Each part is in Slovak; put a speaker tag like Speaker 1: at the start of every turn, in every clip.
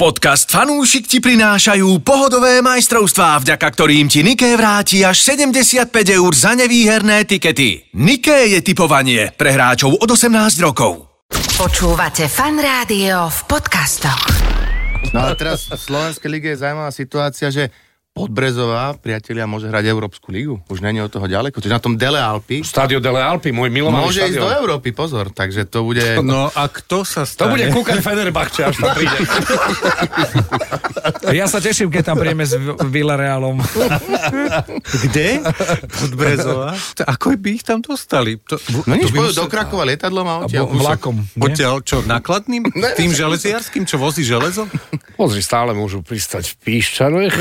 Speaker 1: Podcast Fanúšik ti prinášajú pohodové majstrovstvá, vďaka ktorým ti Niké vráti až 75 eur za nevýherné tikety. Niké je typovanie pre hráčov od 18 rokov.
Speaker 2: Počúvate fan rádio v podcastoch.
Speaker 3: No a teraz v Slovenskej lige je zaujímavá situácia, že Podbrezová, priatelia, môže hrať Európsku ligu. Už není od toho ďaleko. Čiže na tom Dele Alpy
Speaker 4: Stadio delle Alpi, môj milovaný
Speaker 3: môže ísť
Speaker 4: štadión.
Speaker 3: do Európy, pozor. Takže to bude...
Speaker 5: No a kto sa
Speaker 4: To
Speaker 5: stane?
Speaker 4: bude kúkať Fenerbahče, až tam príde.
Speaker 6: Ja sa teším, keď tam príjeme s V- Villarealom.
Speaker 5: Kde? Podbrezová. To- Ako by ich tam dostali? To,
Speaker 3: No nič,
Speaker 5: to by
Speaker 3: pôjdu
Speaker 5: musel-
Speaker 3: do Krakova lietadlom a odtiaľ
Speaker 6: Vo- Vlakom. Nie?
Speaker 5: Odtiaľ čo, nakladným? Tým železiarským, čo vozí železo?
Speaker 4: Pozri, stále môžu pristať v no Píšťanoch.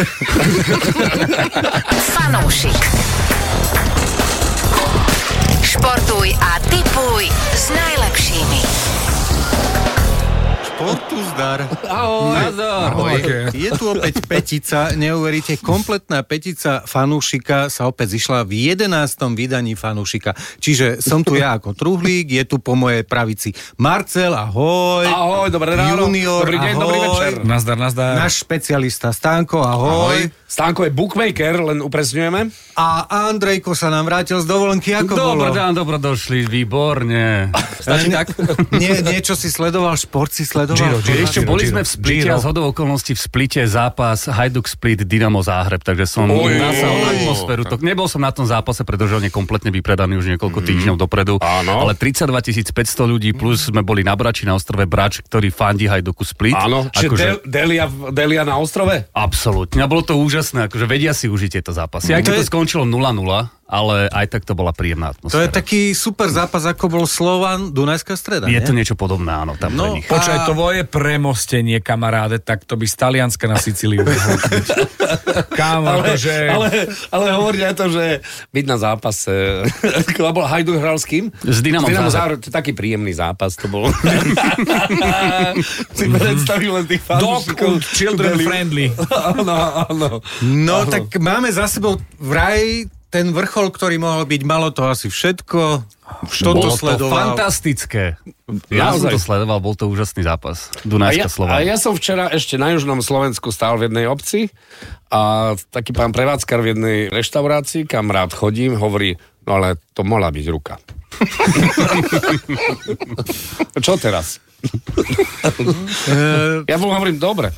Speaker 2: Fanúšik. Športuj a tipuj s najlepšími.
Speaker 5: Športu zdar.
Speaker 6: Okay.
Speaker 5: Je tu opäť petica, neuveríte, kompletná petica fanúšika sa opäť zišla v 11. vydaní fanúšika. Čiže som tu ja ako truhlík, je tu po mojej pravici Marcel, ahoj.
Speaker 4: Ahoj, dobré ráno.
Speaker 5: Junior,
Speaker 4: Dobrý deň,
Speaker 5: ahoj.
Speaker 4: dobrý večer.
Speaker 6: Nazdar, nazdar.
Speaker 5: Náš špecialista Stanko, ahoj. ahoj.
Speaker 4: Stánko je bookmaker, len upresňujeme.
Speaker 5: A Andrejko sa nám vrátil z dovolenky, ako bolo?
Speaker 7: Dobre, dán, dobro došli, výborne.
Speaker 5: Stačí tak? Nie, niečo si sledoval, šport si sledoval?
Speaker 7: Ešte boli sme v Splite
Speaker 4: Giro.
Speaker 7: a z hodou okolností v Splite zápas Hajduk Split Dynamo Záhreb, takže som
Speaker 4: Oj,
Speaker 7: nasal
Speaker 4: oj.
Speaker 7: atmosféru. To, nebol som na tom zápase, pretože on je kompletne vypredaný už niekoľko
Speaker 5: Mhm.
Speaker 7: týždňov dopredu,
Speaker 4: Áno.
Speaker 7: ale 32 500 ľudí plus sme boli na Brači, na ostrove Brač, ktorý fandí Hajduku Split.
Speaker 4: Áno, čiže De-
Speaker 7: Akože-
Speaker 4: Delia, v- Delia na ostrove?
Speaker 7: Absolútne. A bolo to úžasné, akože vedia si užiť tieto zápasy. Aj
Speaker 5: Mhm. To
Speaker 7: keď to
Speaker 5: je-
Speaker 7: skončilo 0-0, ale aj tak to bola
Speaker 5: To
Speaker 7: príjemná
Speaker 5: je
Speaker 7: atmosféra.
Speaker 5: taký super zápas, ako bol Slovan Dunajská streda,
Speaker 7: Je
Speaker 5: nie?
Speaker 7: to niečo podobné, áno, tam
Speaker 5: No,
Speaker 7: pre nich.
Speaker 5: A-
Speaker 6: Počkaj, to je premostenie, kamaráde, tak to by z Talianska na Sicíliu vyhodnúť. Kámo,
Speaker 4: Ale,
Speaker 6: akože...
Speaker 4: ale, ale hovorí aj to, že byť na zápase. Lebo Hajduk hral s kým?
Speaker 7: S Dynamom
Speaker 4: Záhreb. To je taký príjemný zápas to bol. si predstavil len tých
Speaker 6: Dog
Speaker 4: fanúšikov.
Speaker 6: and children
Speaker 4: Deliu.
Speaker 6: friendly.
Speaker 4: Áno, áno.
Speaker 5: No Aho. tak máme za sebou vraj ten vrchol, ktorý mohol byť, malo to asi všetko. Kto to
Speaker 7: Bolo to
Speaker 5: sledoval?
Speaker 7: fantastické. Ja som
Speaker 4: Naozaj.
Speaker 7: to sledoval, bol to úžasný zápas.
Speaker 4: A
Speaker 7: Dunajská
Speaker 4: ja,
Speaker 7: slova.
Speaker 4: a ja som včera ešte na južnom Slovensku stál v jednej obci a taký pán prevádzkar v jednej reštaurácii, kam rád chodím, hovorí, no ale to mohla byť ruka. Čo teraz? ja mu hovorím, dobre.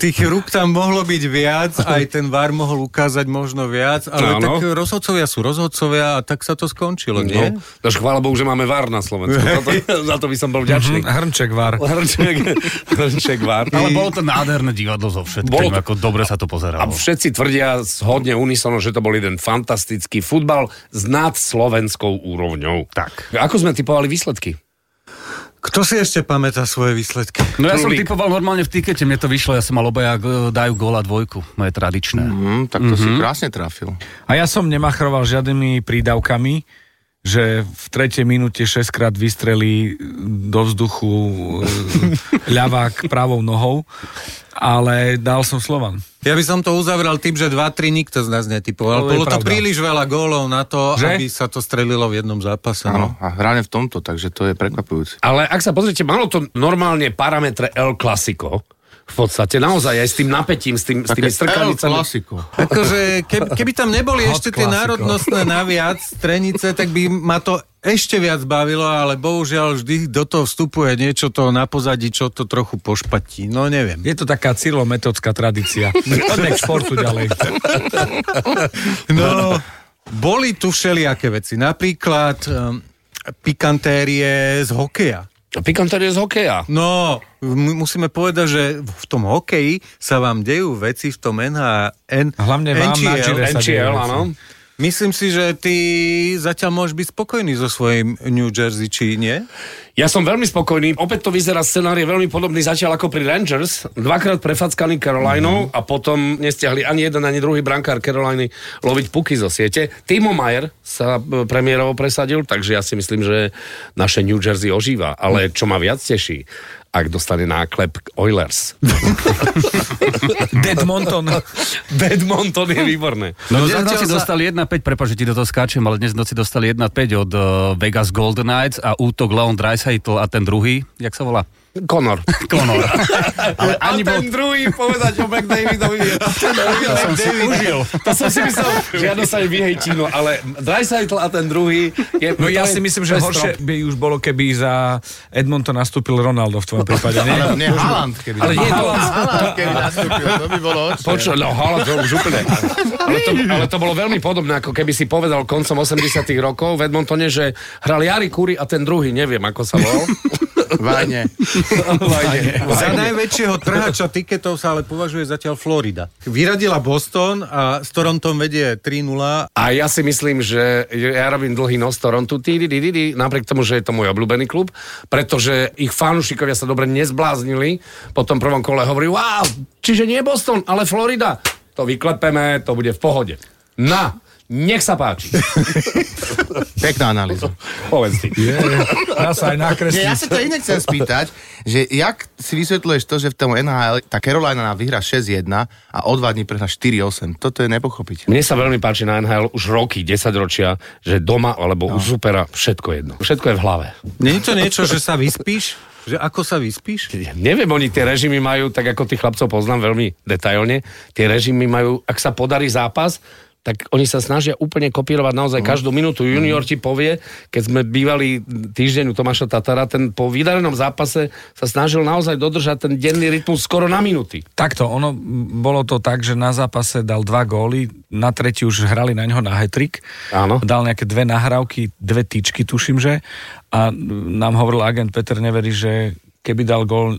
Speaker 5: Tých rúk tam mohlo byť viac, aj ten VAR mohol ukázať možno viac,
Speaker 4: Áno.
Speaker 5: ale tak rozhodcovia sú rozhodcovia a tak sa to skončilo, nie?
Speaker 4: No, takže chvála Bohu, že máme VAR na Slovensku. Za to, za to by som bol
Speaker 6: Hm,
Speaker 4: vďačný.
Speaker 6: Hrnček var.
Speaker 4: Hrnček, hrnček VAR.
Speaker 7: Ale bolo to nádherné divadlo so všetkým,
Speaker 4: Bolo to-
Speaker 7: ako dobre sa to
Speaker 4: A
Speaker 7: pozeralo.
Speaker 4: všetci tvrdia hodne unisono, že to bol jeden fantastický futbal s nad slovenskou úrovňou.
Speaker 7: Tak.
Speaker 4: Ako sme typovali výsledky?
Speaker 5: Kto si ešte pamätá svoje výsledky?
Speaker 7: No ja som
Speaker 4: Trulík.
Speaker 7: typoval normálne v tikete, mne to vyšlo, ja som mal obaja e, dajú góla dvojku, moje tradičné.
Speaker 3: Hm, tak to si krásne trafil.
Speaker 6: A ja som nemachroval žiadnymi prídavkami, že v tretej minúte šestkrát vystrelí do vzduchu e, ľavák pravou nohou, ale dal som Slovan.
Speaker 5: Ja by som to uzavral tým, že 2-3 nikto z nás netypoval.
Speaker 6: To je
Speaker 5: Bolo to
Speaker 6: pravda.
Speaker 5: príliš veľa gólov na to,
Speaker 6: Že?
Speaker 5: aby sa to strelilo v jednom zápase.
Speaker 3: Áno,
Speaker 5: No.
Speaker 3: a hráme v tomto, takže to je prekvapujúce.
Speaker 4: Ale ak sa pozrite, malo to normálne parametre El Clasico. V podstate naozaj aj s tým napätím, s, tým, s tými
Speaker 3: El
Speaker 4: strkalicami.
Speaker 3: Clasico.
Speaker 5: Akože, keby, keby tam neboli
Speaker 6: Hot
Speaker 5: ešte tie
Speaker 6: klasiko.
Speaker 5: národnostné naviac trenice, tak by ma to ešte viac bavilo, ale bohužiaľ vždy do toho vstupuje niečo to na pozadí, čo to trochu pošpatí. No neviem.
Speaker 6: Je to taká cyrlometodská tradícia. Poďme k športu ďalej.
Speaker 5: No, boli tu všelijaké veci. Napríklad um, pikantérie z hokeja.
Speaker 4: Pikantérie z hokeja.
Speaker 5: No, m- musíme povedať, že v tom hokeji sa vám dejú veci v tom NHN.
Speaker 6: Hlavne vám na Gire sa dejú
Speaker 4: NCL,
Speaker 6: veci.
Speaker 4: áno.
Speaker 5: Myslím si, že ty zatiaľ môžeš byť spokojný so svojím New Jersey, či nie?
Speaker 4: Ja som veľmi spokojný. Opäť to vyzerá scenár je veľmi podobný zatiaľ ako pri Rangers. Dvakrát prefackaný Carolinou a potom nestiahli ani jeden, ani druhý brankár Caroliny loviť puky zo siete. Timo Mayer sa e, premiérovo presadil, takže ja si myslím, že naše New Jersey ožíva. Ale čo ma viac teší, ak dostane náklep Oilers.
Speaker 6: Deadmonton.
Speaker 4: Badmonton je výborné.
Speaker 7: No dnes
Speaker 5: zatiaľ
Speaker 7: v noci
Speaker 5: sa-
Speaker 7: dostali 1-5, prepáč, že ti do toho skáčem, ale dnes v noci dostali 1-5 od eh, Vegas Golden Knights a útok Leon Dreisaitl a ten druhý, jak sa volá?
Speaker 4: Conor.
Speaker 7: Konor.
Speaker 4: Ale ani a ten bol... druhý povedať o McDavidovi. Ten druhý
Speaker 7: To som si
Speaker 4: McDavid.
Speaker 7: užil.
Speaker 4: To som si myslel, že ja sa im vyhejtinu, ale Dreisaitl a ten druhý je...
Speaker 6: No
Speaker 4: to
Speaker 6: ja
Speaker 4: je-
Speaker 6: si myslím,
Speaker 4: to
Speaker 6: že
Speaker 4: je
Speaker 6: horšie
Speaker 4: strop.
Speaker 6: by už bolo, keby za Edmonton nastúpil Ronaldo v
Speaker 4: No
Speaker 6: tvojom prípade, nie?
Speaker 3: Ale nie, Haaland, keby.
Speaker 4: Ale nie, to,
Speaker 3: Haaland, keby nastúpil, to by bolo očné.
Speaker 4: Počuť, no hala, to už úplne. Ale to, ale to bolo veľmi podobné, ako keby si povedal koncom 80 rokov v Edmontone, že hral Jari Kúri a ten druhý, neviem ako sa volal.
Speaker 3: Váne.
Speaker 4: Vajne.
Speaker 5: Za najväčšieho trhača tiketov sa ale považuje zatiaľ Florida. Vyradila Boston a s Torontom vedie 3-0.
Speaker 4: A ja si myslím, že ja robím dlhý nos Torontu, tí, tí, tí, tí, tí, napriek tomu, že je to môj obľúbený klub, pretože ich fanúšikovia sa dobre nezbláznili. Po tom prvom kole hovorí, wow, čiže nie Boston, ale Florida. To vyklepeme, to bude v pohode. Na, nech sa páči.
Speaker 3: Pekná analýza.
Speaker 4: Povedz ty.
Speaker 6: Dá sa aj nakresliť.
Speaker 3: Nie, ja sa to inak chcem spýtať, že jak si vysvetľuješ to, že v tom NHL tá Carolina nám vyhra 6-1 a o dva dní prehra 4-8. Toto je nepochopiteľné.
Speaker 4: Mne sa veľmi páči na NHL už roky, 10 ročia, že doma alebo u supera všetko jedno. Všetko je v hlave.
Speaker 5: Nie je to niečo, že sa vyspíš? Že ako sa vyspíš?
Speaker 4: Neviem, oni tie režimy majú, tak ako tých chlapcov poznám veľmi detailne, tie režimy majú, ak sa podarí zápas, tak oni sa snažia úplne kopírovať naozaj každú minútu. Junior ti povie, keď sme bývali týždeň u Tomáša Tatara, ten po vydarenom zápase sa snažil naozaj dodržať ten denný rytmus skoro na minúty.
Speaker 6: Takto, ono m, bolo to tak, že na zápase dal dva góly, na tretí už hrali na ňo na hetrik.
Speaker 4: Áno.
Speaker 6: Dal nejaké dve nahrávky, dve tyčky, tuším, že. A m, nám hovoril agent Peter Nevery, že keby dal gól,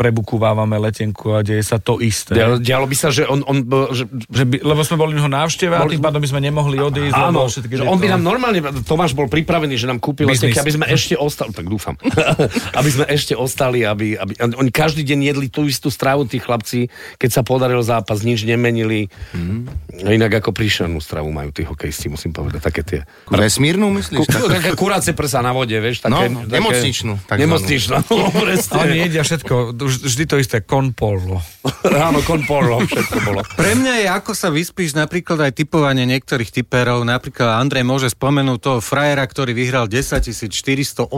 Speaker 6: prebukúvávame letenku a deje sa to isté.
Speaker 4: Dialo, dialo by sa, že on, on bol- že,
Speaker 6: Že by, lebo sme boli u neho návšteva a
Speaker 4: Boli
Speaker 6: tým
Speaker 4: sme-
Speaker 6: pádom by sme nemohli odísť.
Speaker 4: Áno,
Speaker 6: lebo všetky
Speaker 4: že
Speaker 6: tieto-
Speaker 4: on by nám no- normálne, Tomáš bol pripravený, že nám kúpil letenky,
Speaker 6: Biznis.
Speaker 4: aby sme ešte ostali, tak dúfam, aby sme ešte ostali, aby, aby oni každý deň jedli tú istú stravu tí chlapci, keď sa podaril zápas, nič nemenili. Mm. Inak ako príšernú stravu majú tí hokejisti, musím povedať, také tie...
Speaker 3: Vesmírnu myslíš?
Speaker 4: Ku, také kuráce prsa na vode, vieš? Také,
Speaker 3: No,
Speaker 4: také,
Speaker 3: nemocničnú, takzvanú.
Speaker 4: Nemocničnú, no, presne.
Speaker 6: Oni jedia všetko, už- vždy to isté, konpolo.
Speaker 4: Áno, konporlo, všetko bolo.
Speaker 5: Pre mňa je, ako sa vyspíš napríklad aj typovanie niektorých typerov. Napríklad Andrej môže spomenúť toho frajera, ktorý vyhral 10 483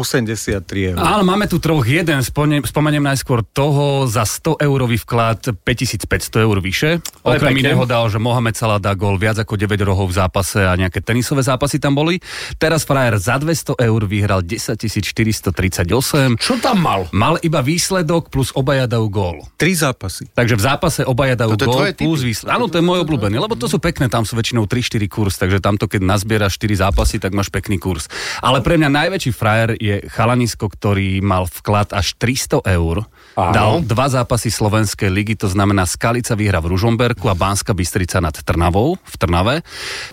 Speaker 5: eur.
Speaker 7: Áno, máme tu troch. Jeden, spone- spomeniem najskôr toho, za 100 eurový vklad 5500 eur vyše.
Speaker 4: To je
Speaker 7: Okrem
Speaker 4: pekne.
Speaker 7: iného dal, že Mohamed Salah dá gol viac ako 9 rohov v zápase a nejaké tenisové zápasy tam boli. Teraz frajer za 200 eur vyhral 10 438.
Speaker 4: Čo tam mal?
Speaker 7: Mal iba výsledok plus obaja dajú gól.
Speaker 5: Tri zápasy.
Speaker 7: Takže v zápase obaja dajú
Speaker 3: Toto je
Speaker 7: gól
Speaker 3: tvoje typy.
Speaker 7: plus výsledok. Áno, to je môj obľúbený, lebo to sú pekné, tam sú väčšinou 3-4 kurz, takže tamto keď nazbieraš 4 zápasy, tak máš pekný kurz. Ale pre mňa najväčší frajer je Chalanisko, ktorý mal vklad až 300 eur.
Speaker 4: Áno.
Speaker 7: Dal dva zápasy Slovenskej ligy, to znamená Skalica vyhra v Ružomberku a Banska Bystrica nad Trnavou, v Trnave.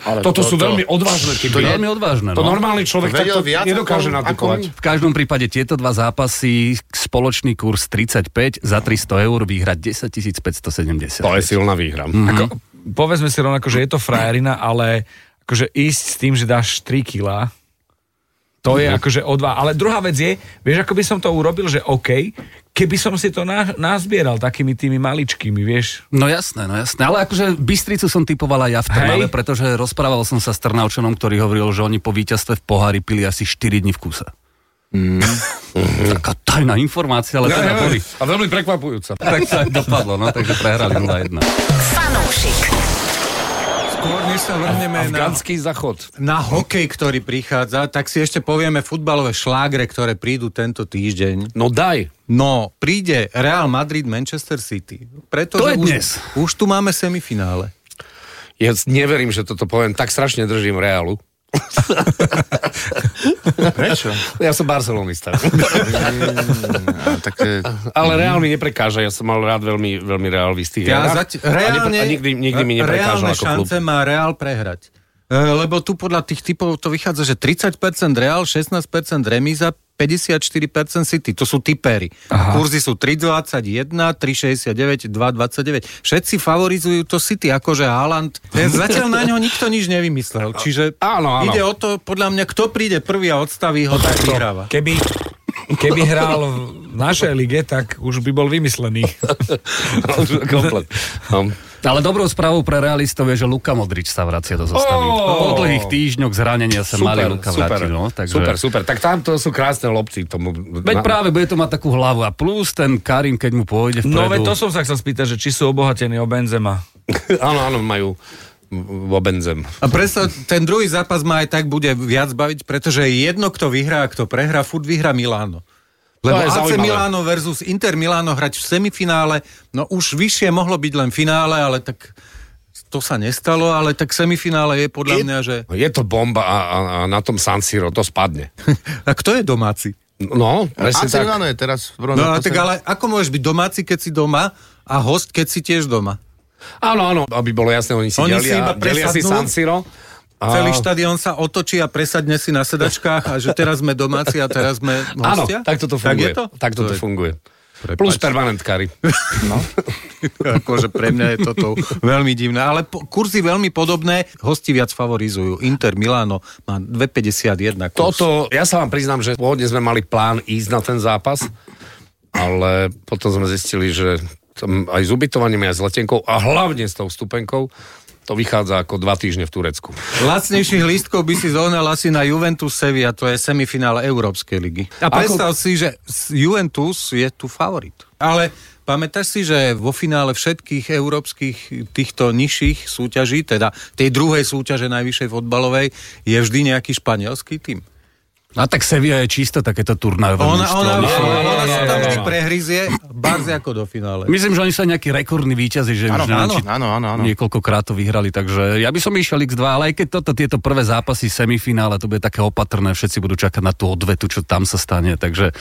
Speaker 4: Ale Toto sú veľmi odvážne
Speaker 7: To
Speaker 4: typy.
Speaker 7: je veľmi odvážne.
Speaker 4: To
Speaker 7: no.
Speaker 4: normálny človek
Speaker 3: Vedel
Speaker 4: takto
Speaker 3: viac
Speaker 4: nedokáže
Speaker 3: ako- ako
Speaker 4: natypovať.
Speaker 3: my.
Speaker 7: V každom prípade tieto dva zápasy, spoločný kurz 35 za 300 eur, vyhrať 10 570.
Speaker 4: To je silná výhra.
Speaker 6: Ako, povedzme si rovnako, že je to frajerina, ale akože ísť s tým, že dáš 3 kila, to je akože o dva. Ale druhá vec je, vieš, ako by som to urobil, že OK, keby som si to na, nazbieral takými tými maličkými, vieš.
Speaker 7: No jasné, no jasné. Ale akože Bystricu som typovala ja v Trnave,
Speaker 6: Hej.
Speaker 7: pretože rozprával som sa s Trnavčanom, ktorý hovoril, že oni po víťazstve v pohári pili asi 4 dní v kuse. Mm. Taká tajná informácia, ale teda boli.
Speaker 4: A veľmi prekvapujúca.
Speaker 7: Tak sa aj dopadlo, no takže prehrali 0-1.
Speaker 2: Fanúšik.
Speaker 5: Skôr než sa vrhneme na
Speaker 4: Afgánsky zachod.
Speaker 5: na hokej, ktorý prichádza, tak si ešte povieme futbalové šlágre, ktoré prídu tento týždeň.
Speaker 4: No daj.
Speaker 5: No, príde Real Madrid Manchester City. Pretože
Speaker 7: To je
Speaker 5: už,
Speaker 7: dnes.
Speaker 5: už tu máme semifinále.
Speaker 4: Ja s- neverím, že toto poviem. Tak strašne držím Realu.
Speaker 3: Prečo?
Speaker 4: Ja som barcelonista.
Speaker 3: Mm, tak, e,
Speaker 4: Ale Real mi neprekáža. Ja som mal rád veľmi, veľmi Real v istých
Speaker 5: Ja
Speaker 4: hrách.
Speaker 5: zať,
Speaker 4: a,
Speaker 5: reálne,
Speaker 4: nepre- a nikdy, nikdy mi neprekážal
Speaker 5: reálne
Speaker 4: ako klub.
Speaker 5: šance má Real prehrať. E, Lebo tu podľa tých typov to vychádza, že 30% Real, 16% remíza, 54% City. To sú typery. Kurzy sú 3,21, 3,69, 2,29. Všetci favorizujú to City, akože Haaland. E, Zatiaľ na ňo nikto nič nevymyslel. Čiže
Speaker 4: Áno, áno.
Speaker 5: ide o to, podľa mňa, kto príde prvý a odstaví ho, tak vyhráva.
Speaker 6: Keby, keby hral v našej lige, tak už by bol vymyslený.
Speaker 4: Komplet. No.
Speaker 7: Ale dobrou správou pre realistov je, že Luka Modrič sa vracia do zostavy.
Speaker 4: Oh.
Speaker 7: Po dlhých týždňoch zranenia sa mali Luka
Speaker 4: super,
Speaker 7: vrátiť. No, takže...
Speaker 4: super, super. Tak tamto sú krásne lopci. Tomu...
Speaker 7: Veď práve bude to mať takú hlavu a plus ten Karim, keď mu pôjde vpredu.
Speaker 6: No veď to som sa chcel spýtať, že či sú obohatení o Benzema.
Speaker 4: áno, áno, majú vo benzem.
Speaker 5: A presto ten druhý zápas ma aj tak bude viac baviť, pretože jedno, kto vyhrá a kto prehrá, furt vyhrá Miláno. Lebo
Speaker 4: je
Speaker 5: AC
Speaker 4: zaujímavé.
Speaker 5: Milano versus Inter Milano hrať v semifinále, no už vyššie mohlo byť len finále, ale tak to sa nestalo, ale tak semifinále je podľa mňa, že...
Speaker 4: Je to bomba a, a, a na tom San Siro to spadne.
Speaker 5: A kto je domáci?
Speaker 4: No,
Speaker 3: AC
Speaker 4: presne tak.
Speaker 3: Milano je teraz v
Speaker 5: No ale tak ale ako môžeš byť domáci, keď si doma a host, keď si tiež doma?
Speaker 4: Áno, áno, aby bolo jasné, oni si
Speaker 5: Oni si
Speaker 4: delia,
Speaker 5: iba
Speaker 4: delia si San
Speaker 5: presadnú.
Speaker 4: Siro.
Speaker 5: A... Celý štadión sa otočí a presadne si na sedačkách a že teraz sme domáci a teraz sme
Speaker 4: Áno,
Speaker 5: hostia?
Speaker 4: tak toto funguje.
Speaker 5: Tak je to?
Speaker 4: Tak toto
Speaker 5: to je-
Speaker 4: funguje.
Speaker 5: Prepač.
Speaker 4: Plus permanentkári.
Speaker 5: akože pre mňa je toto veľmi divné. Ale po, kurzy veľmi podobné, hosti viac favorizujú. Inter Milano má 2,51 kurz.
Speaker 4: Toto, ja sa vám priznám, že pôvodne sme mali plán ísť na ten zápas, ale potom sme zistili, že tam aj s ubytovaním, aj s letenkou a hlavne s tou vstupenkou to vychádza ako dva týždne v Turecku.
Speaker 5: Lacnejších lístkov by si zohnal asi na Juventus Sevilla, to je semifinále Európskej ligy. A predstav si, že s- Juventus je tu favorit. Ale pamätáš si, že vo finále všetkých európskych týchto nižších súťaží, teda tej druhej súťaže najvyššej fotbalovej, je vždy nejaký španielský tým.
Speaker 7: A tak Sevilla je čisto takéto turnajové
Speaker 5: Ona,
Speaker 7: mužstvo.
Speaker 5: ona, ona,
Speaker 7: Myslím-
Speaker 5: ona sa tam vždy prehryzie, barzi ako do finále.
Speaker 7: Myslím, že oni sú aj nejakí rekordní víťazi, že už neviem,
Speaker 3: áno,
Speaker 7: či
Speaker 3: áno, áno, áno.
Speaker 7: niekoľkokrát to vyhrali, takže ja by som išiel X2, ale aj keď toto, tieto prvé zápasy, semifinále, to bude také opatrné, všetci budú čakať na tú odvetu, čo tam sa stane, takže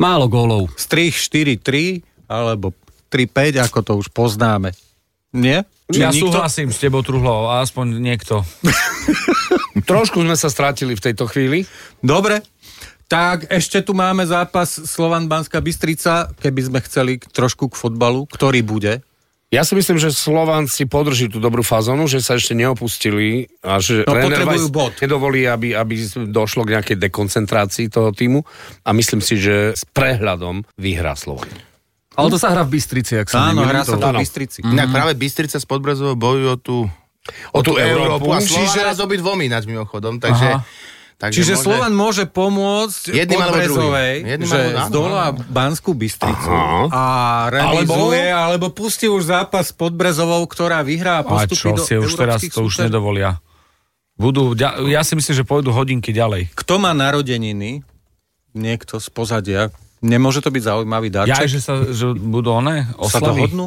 Speaker 7: málo gólov.
Speaker 5: strich 4-3 alebo 3-5, ako to už poznáme. Nie? Či
Speaker 6: ja
Speaker 5: nikto?
Speaker 6: súhlasím s tebou, Truhlo, aspoň niekto.
Speaker 4: Trošku sme sa strátili v tejto chvíli.
Speaker 5: Dobre. Tak ešte tu máme zápas Slovan Banská Bystrica, keby sme chceli k- trošku k fotbalu, ktorý bude.
Speaker 4: Ja si myslím, že Slovan si podrží tú dobrú fazonu, že sa ešte neopustili a že
Speaker 5: No,
Speaker 4: tréner Weiss
Speaker 5: potrebujú bod.
Speaker 4: nedovolí, aby, aby došlo k nejakej dekoncentrácii toho týmu a myslím si, že s prehľadom vyhrá Slovan.
Speaker 7: Ale to sa hrá v Bystrici, ak sa
Speaker 5: Áno, hrá sa to
Speaker 4: áno.
Speaker 5: v Bystrici.
Speaker 3: Inak práve Bystrica s Podbrezovou bojujú o tú,
Speaker 4: Mhm. O tú Európu.
Speaker 3: Európu. A Slovan
Speaker 5: Čiže-
Speaker 3: raz obi dvomi ináč mimochodom, takže... takže
Speaker 5: Čiže
Speaker 3: môže-
Speaker 5: Slovan môže pomôcť
Speaker 3: Jedným alebo
Speaker 5: Podbrezovej,
Speaker 3: druhým. Jedným
Speaker 5: že
Speaker 3: alebo- áno,
Speaker 5: zdolá Banskú Bystricu
Speaker 3: No.
Speaker 4: Aha.
Speaker 5: a remizuje, alebo, pustí už zápas s Podbrezovou, ktorá vyhrá a
Speaker 6: A
Speaker 5: postupí
Speaker 6: čo
Speaker 5: do
Speaker 6: si už teraz,
Speaker 5: európskych
Speaker 6: to už
Speaker 5: súper-
Speaker 6: nedovolia. Budú, ďa- ja si myslím, že pôjdu hodinky ďalej.
Speaker 5: Kto má narodeniny, niekto z pozadia, nemôže to byť zaujímavý
Speaker 6: Ja,
Speaker 5: darček?
Speaker 6: že sa že budú one
Speaker 5: sa
Speaker 6: oslavy.
Speaker 5: dohodnú?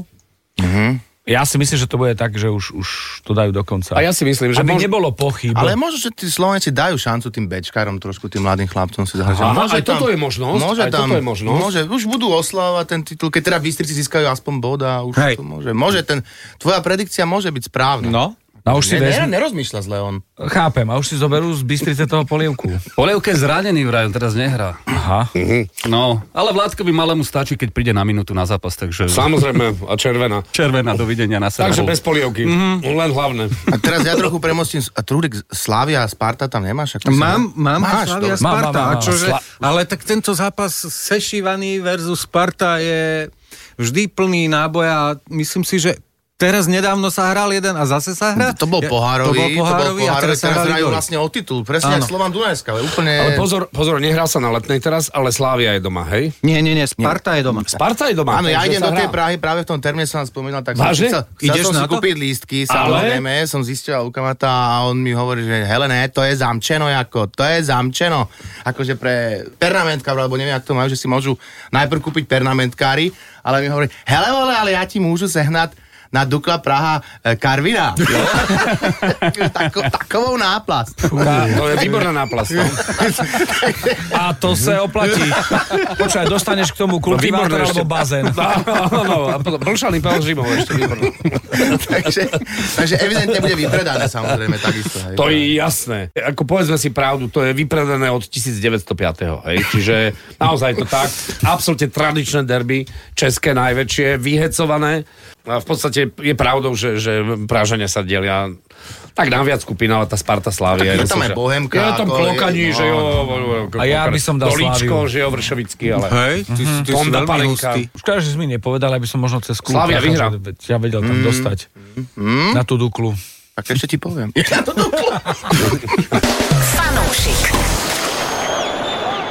Speaker 6: Ja si myslím, že to bude tak, že už, už to dajú do konca.
Speaker 4: A ja si myslím, že
Speaker 6: Aby
Speaker 4: mož-
Speaker 6: nebolo pochyb.
Speaker 3: Ale možno, že tí Slovenci dajú šancu tým bečkárom trošku, tým mladým chlapcom si zahrať.
Speaker 4: Aha,
Speaker 3: Môže
Speaker 4: aj toto je možnosť,
Speaker 3: Môže
Speaker 4: aj
Speaker 3: tam,
Speaker 4: toto je možnosť.
Speaker 3: Môže, už budú oslavovať ten titul, keď teda Bystrici získajú aspoň bod a už
Speaker 5: Hej.
Speaker 3: to môže. Môže ten, tvoja predikcia môže byť správna.
Speaker 5: No.
Speaker 6: A už si
Speaker 3: Ne, ne,
Speaker 6: vezme,
Speaker 3: nerozmýšľa zle on.
Speaker 6: chápem, a už si zoberú z Bystrice toho polievku.
Speaker 7: Polievke je zranený vraj, on teraz nehrá.
Speaker 6: Aha.
Speaker 7: No, ale Vládkovi malému stačí, keď príde na minútu na zápas, takže...
Speaker 4: Samozrejme, a červená.
Speaker 7: Červená, dovidenia na
Speaker 4: Takže
Speaker 7: Severu.
Speaker 4: bez polievky.
Speaker 6: Mhm.
Speaker 4: Mm-hmm. Len hlavné.
Speaker 3: A teraz ja trochu premostím. s- A Trúdik, Slavia a Sparta tam nemáš? Ako
Speaker 5: Mám, mám,
Speaker 3: Máš,
Speaker 5: Slavia
Speaker 3: dobre.
Speaker 6: Mám,
Speaker 5: Sparta.
Speaker 6: mám, mám,
Speaker 5: a čože,
Speaker 6: mám.
Speaker 5: ale tak tento zápas sešívaný versus Sparta je vždy plný náboja a myslím si, že teraz nedávno sa hral jeden a zase sa hrá.
Speaker 3: To bol
Speaker 5: Ja-
Speaker 3: pohárový,
Speaker 5: to bol pohárový, a teraz sa
Speaker 3: teraz
Speaker 5: hrali
Speaker 3: hrajú
Speaker 5: dvoj.
Speaker 3: vlastne o titul. Presne
Speaker 5: Áno.
Speaker 3: ako Slovan Dunajska, ale úplne...
Speaker 4: Ale
Speaker 6: Eh.
Speaker 4: pozor, pozor, nehrá sa na letnej teraz, ale Slávia je doma, hej?
Speaker 5: Nie, nie, nie, Sparta je doma.
Speaker 4: Sparta je doma.
Speaker 3: Áno, ja
Speaker 4: takže
Speaker 3: idem
Speaker 4: sa
Speaker 3: do tej
Speaker 4: hrá.
Speaker 3: Prahy, práve v tom termíne som vám spomínal, tak
Speaker 4: Vážne?
Speaker 3: som chcel, chcel
Speaker 5: Ideš
Speaker 3: som si
Speaker 5: na to?
Speaker 3: kúpiť lístky,
Speaker 4: Ale?
Speaker 3: samozrejme, som zistil u kamata a on mi hovorí, že hele, ne, to je zamčeno, ako, to je zamčeno. Akože pre pernamentka, alebo neviem, ako to majú, že si môžu najprv kúpiť pernamentkári, ale mi hovorí, hele, vole, ale ja ti môžu sehnať na Dukla Praha e, Karvina. Jo? Tako, takovou náplast.
Speaker 4: Tá- To je výborná náplast. no.
Speaker 6: A to sa oplatí. Počkaj, dostaneš k tomu kultivátor
Speaker 4: Výborné ešte.
Speaker 6: alebo bazén.
Speaker 4: Áno, áno, a potom Blšaný Pavel Žimov ešte výborný.
Speaker 3: takže, takže evidentne bude vypredané, samozrejme, takisto. Hej.
Speaker 4: To je jasné. Ako povedzme si pravdu, to je vypredané od 1905. Hej? Čiže naozaj to tak. Absolutne tradičné derby, české najväčšie, vyhecované. A v podstate je pravdou, že, že Pražania sa delia Tak nám viac skupinala tá Sparta Slavia.
Speaker 3: Tak je tam aj Bohemka,
Speaker 4: Je tam
Speaker 3: ako-
Speaker 4: Klokaní,
Speaker 3: no, No,
Speaker 4: že jo.
Speaker 6: A ja by som dal
Speaker 4: Doličko,
Speaker 6: Sláviu.
Speaker 4: že jo, Vršovický, ale...
Speaker 5: Hej, ty,
Speaker 6: Mhm.
Speaker 5: mm-hmm. ty si
Speaker 4: Tonda
Speaker 5: veľmi
Speaker 4: Palenka.
Speaker 5: hustý.
Speaker 6: Škoda, že si mi nepovedal, aby som možno cez kľú.
Speaker 4: Slavia
Speaker 6: trafil,
Speaker 4: vyhrá.
Speaker 6: že by- Ja vedel
Speaker 3: Mm.
Speaker 6: tam dostať. Na tú duklu.
Speaker 3: Tak ešte ti poviem.
Speaker 2: Fanúšik.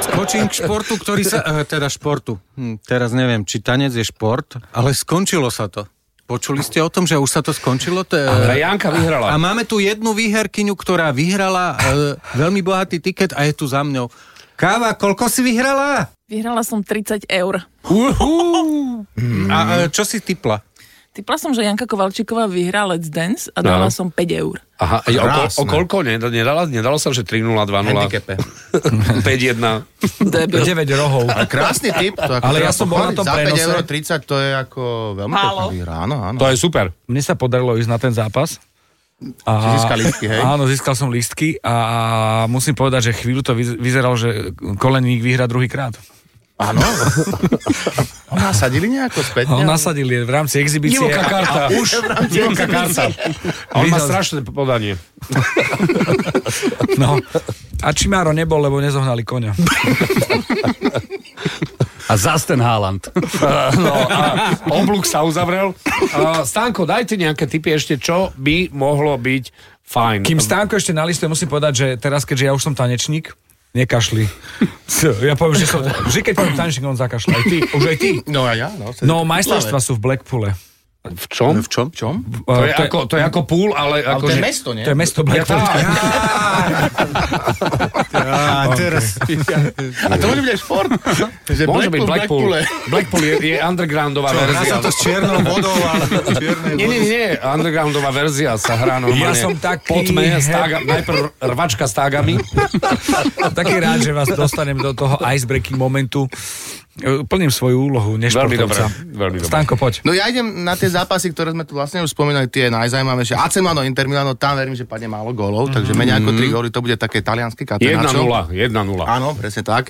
Speaker 5: Skočím k športu, ktorý sa... eh, Teda športu. Hm, teraz neviem, či tanec je šport, ale skončilo sa to. Počuli ste o tom, že už sa to skončilo? To je...
Speaker 4: Ale Janka vyhrala.
Speaker 5: A máme tu jednu výherkyňu, ktorá vyhrala e, veľmi bohatý tiket a je tu za mňou. Káva, koľko si vyhrala?
Speaker 8: Vyhrala som 30 eur.
Speaker 5: Uhú.
Speaker 3: Hmm.
Speaker 5: A e, čo si typla?
Speaker 8: Typla som, že Janka Kovalčíková vyhrá Let's Dance a dala
Speaker 4: No.
Speaker 8: som 5 eur.
Speaker 4: Aha, a o, ko-
Speaker 3: Krásne.
Speaker 4: o koľko? Nedalo, nedalo, nedalo sa, že 3-0, 2-0,
Speaker 3: Handicape.
Speaker 4: 5-1.
Speaker 6: 9 rohov.
Speaker 3: A krásny tip. To ako
Speaker 6: Ale
Speaker 3: treba
Speaker 6: ja som bol na
Speaker 3: pochváliť.
Speaker 6: tom
Speaker 3: Za 5
Speaker 6: prenose.
Speaker 3: eur 30 to je ako veľmi
Speaker 8: Málo.
Speaker 3: pekná výhra. Áno, áno.
Speaker 4: To je super.
Speaker 6: Mne sa podarilo ísť na ten zápas.
Speaker 3: Si získal lístky, hej?
Speaker 6: Áno, získal som lístky a musím povedať, že chvíľu to vyz- vyzeralo, že koleník vyhrá druhýkrát.
Speaker 3: Áno. A nasadili nejako späť?
Speaker 6: Ho nasadili v rámci exibície.
Speaker 4: Divoká karta.
Speaker 6: A už divoká karta.
Speaker 4: A on má
Speaker 6: Vyhral-
Speaker 4: strašné podanie.
Speaker 6: No. A Čimáro nebol, lebo nezohnali konia.
Speaker 7: A zás ten Haaland.
Speaker 4: No a oblúk sa uzavrel. A Stanko, dajte nejaké tipy ešte, čo by mohlo byť fajn.
Speaker 6: Kým Stánko ešte na liste, musím povedať, že teraz, keďže ja už som tanečník, nekašli. Co, Ja poviem, že som... Vždy, keď poviem tanečník, on zakašľa. Aj ty, už aj ty.
Speaker 3: No a ja, no.
Speaker 6: No, majstrovstva sú v Blackpoole.
Speaker 4: V čom?
Speaker 3: V čom? čom?
Speaker 4: To je, ako, to je ako pool, ale
Speaker 3: Ale
Speaker 4: ako...
Speaker 3: to je
Speaker 4: že-
Speaker 3: mesto, nie?
Speaker 6: Akože- To je mesto
Speaker 4: Ja,
Speaker 6: Blackpool.
Speaker 4: tá,
Speaker 5: A teraz...
Speaker 3: A to bude šport. Že
Speaker 4: môže byť Blackpool.
Speaker 3: Blackpool.
Speaker 4: Blackpool je, je undergroundová
Speaker 5: Hrá
Speaker 4: verzia.
Speaker 5: sa to s čiernou vodou, ale čiernej
Speaker 4: Nie, nie, nie, undergroundová verzia sa hrá normálne.
Speaker 6: Ja som taký
Speaker 4: Potme,
Speaker 6: happy.
Speaker 4: stága, najprv rvačka s tágami.
Speaker 6: Som taký rád, že vás dostanem do toho icebreaking momentu. E, Plním svoju úlohu,
Speaker 4: Veľmi dobre,
Speaker 6: nešportovca.
Speaker 4: veľmi dobre.
Speaker 6: Stanko, poď.
Speaker 3: No ja idem na tie zápasy, ktoré sme tu vlastne už spomínali, tie najzajímavejšie. AC Milano, Inter Milano, tam verím, že padne málo gólov, takže menej ako 3 góly, to bude také talianské
Speaker 4: 1-0,
Speaker 3: katenáčo.
Speaker 4: 1-0.
Speaker 3: Áno, presne tak.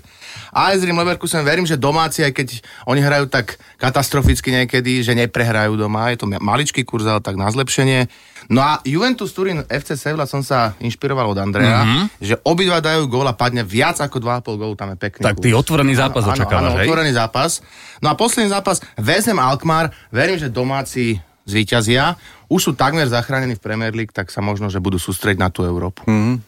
Speaker 3: A aj z Rím Leverkusen verím, že domáci, aj keď oni hrajú tak katastroficky niekedy, že neprehrajú doma, je to ma- maličký kurz, ale tak na zlepšenie. No a Juventus Turin FC Sevilla som sa inšpiroval od Andreja,
Speaker 7: Mhm.
Speaker 3: mm-hmm. že obidva dajú gól a padne viac ako 2,5 gólov, tam je pekný
Speaker 7: Tak
Speaker 3: kurz.
Speaker 7: ty otvorený zápas
Speaker 3: Áno,
Speaker 7: očakávaš,
Speaker 3: áno,
Speaker 7: hej?
Speaker 3: otvorený zápas. No a posledný zápas, Vezem Alkmaar, verím, že domáci zvíťazia. Už sú takmer zachránení v Premier League, tak sa možno, že budú sústrediť na tú Európu. Mm.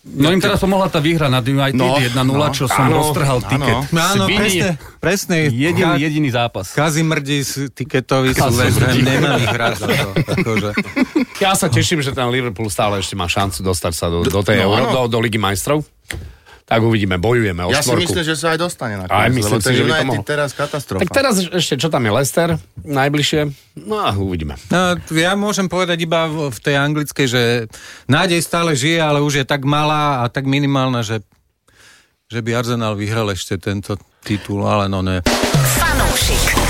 Speaker 7: No im teraz pomohla tá výhra nad United
Speaker 3: No,
Speaker 7: 1-0, čo
Speaker 3: no,
Speaker 7: som
Speaker 3: áno,
Speaker 7: roztrhal
Speaker 3: áno.
Speaker 7: tiket.
Speaker 5: No Áno,
Speaker 7: Svinie.
Speaker 5: presne, presne.
Speaker 7: Jediný, jediný zápas.
Speaker 5: Kazimrdi s tiketovi sú West Ham, nemám ich rád za to. Akože.
Speaker 4: Ja sa teším, že ten Liverpool stále ešte má šancu dostať sa do, do tej
Speaker 3: no,
Speaker 4: no, Euro,
Speaker 3: áno.
Speaker 4: do, do Ligy majstrov. Tak uvidíme, bojujeme o
Speaker 3: Ja si
Speaker 4: štvorku.
Speaker 3: myslím, že sa aj dostane na
Speaker 4: Aj myslím
Speaker 3: lebo ten
Speaker 4: si, že by to
Speaker 3: United
Speaker 4: mohol.
Speaker 3: teraz katastrofa.
Speaker 4: Tak teraz ešte, čo tam je Lester, najbližšie, no a uvidíme.
Speaker 5: No, ja môžem povedať iba v, v tej anglickej, že nádej stále žije, ale už je tak malá a tak minimálna, že, že by Arsenal vyhral ešte tento titul, ale no ne.
Speaker 2: Fanúšik.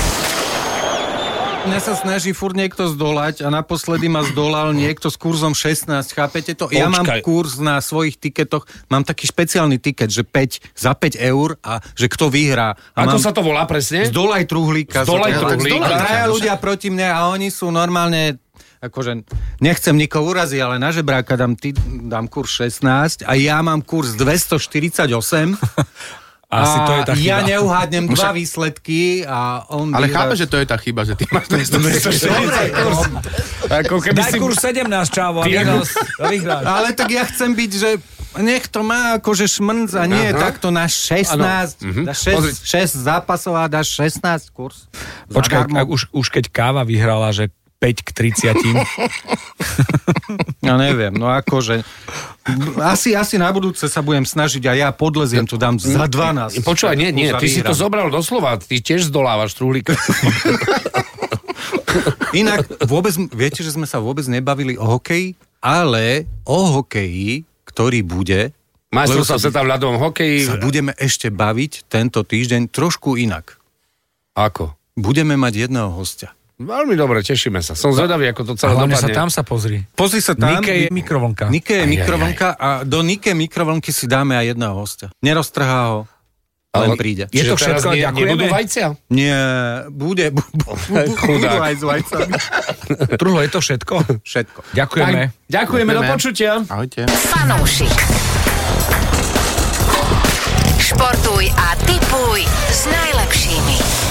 Speaker 5: Mňa sa snaží furt niekto zdolať a naposledy ma zdolal niekto s kurzom 16, chápete to? Ja mám
Speaker 4: Počkaj.
Speaker 5: kurz na svojich tiketoch, mám taký špeciálny tiket, že 5, za 5 eur a že kto vyhrá. A
Speaker 4: Ako
Speaker 5: mám...
Speaker 4: sa to volá presne?
Speaker 5: Zdolaj truhlíka.
Speaker 4: Zdolaj
Speaker 5: sa to-
Speaker 4: Truhlíka.
Speaker 5: A Traja ľudia proti mne a oni sú normálne akože nechcem nikoho uraziť, ale na žebráka dám, ty, dám kurz 16 a ja mám kurz 248
Speaker 6: Asi
Speaker 5: a
Speaker 6: to je tá
Speaker 5: ja
Speaker 6: chyba. No
Speaker 5: neuhádnem dva výsledky a on
Speaker 3: Ale
Speaker 5: vyhrá-
Speaker 3: chápe, že to je tá chyba, že ty máš 240.
Speaker 4: Ako keby
Speaker 6: Daj
Speaker 4: si...
Speaker 6: kurz 17, čávo, a vyhral s- vyhráš.
Speaker 5: Ale tak ja chcem byť, že nech to má akože šmrnc a nie takto na 16,
Speaker 6: Mhm.
Speaker 5: na 6, 6 zápasov a dáš 16 kurz.
Speaker 6: Počkaj,
Speaker 5: Zadarmo.
Speaker 6: ak už, už keď káva vyhrala, že 5 k 30.
Speaker 5: Ja neviem, no akože... Asi, asi na budúce sa budem snažiť a ja podleziem to dám za 12.
Speaker 4: Počúvaj, nie, nie, ty si to zobral
Speaker 5: Zavíram.
Speaker 4: doslova, ty tiež zdolávaš truhlíka.
Speaker 5: Inak vôbec, viete, že sme sa vôbec nebavili o hokeji, ale o hokeji, ktorý bude,
Speaker 4: Majstrov sa tam v ľadovom hokeji.
Speaker 5: sa budeme ešte baviť tento týždeň trošku inak.
Speaker 4: Ako?
Speaker 5: Budeme mať jedného hostia.
Speaker 4: Veľmi dobre, tešíme sa. Som zvedavý, ako to celé
Speaker 6: Hlavne
Speaker 4: dopadne.
Speaker 6: sa tam sa pozri.
Speaker 5: Pozri sa tam.
Speaker 6: Nike je mikrovlnka.
Speaker 5: Nike
Speaker 4: Aj, aj,
Speaker 5: je mikrovlnka a do Nike mikrovlnky si dáme aj jedného hostia. Neroztrhá ho. Ale príde.
Speaker 4: Je to
Speaker 5: Čiže
Speaker 4: všetko,
Speaker 3: teraz nie-
Speaker 4: ďakujeme.
Speaker 3: nebudú vajcia?
Speaker 5: Nie, bude, bu, bu, bu, budú
Speaker 4: Chudák.
Speaker 5: aj s vajcami.
Speaker 6: Trulo, je to všetko?
Speaker 5: Všetko.
Speaker 6: Ďakujeme.
Speaker 4: Tak, ďakujeme, do
Speaker 3: Ďakujeme.
Speaker 4: počutia.
Speaker 3: Ahojte.
Speaker 2: Fanúšik. Športuj a tipuj s najlepšími.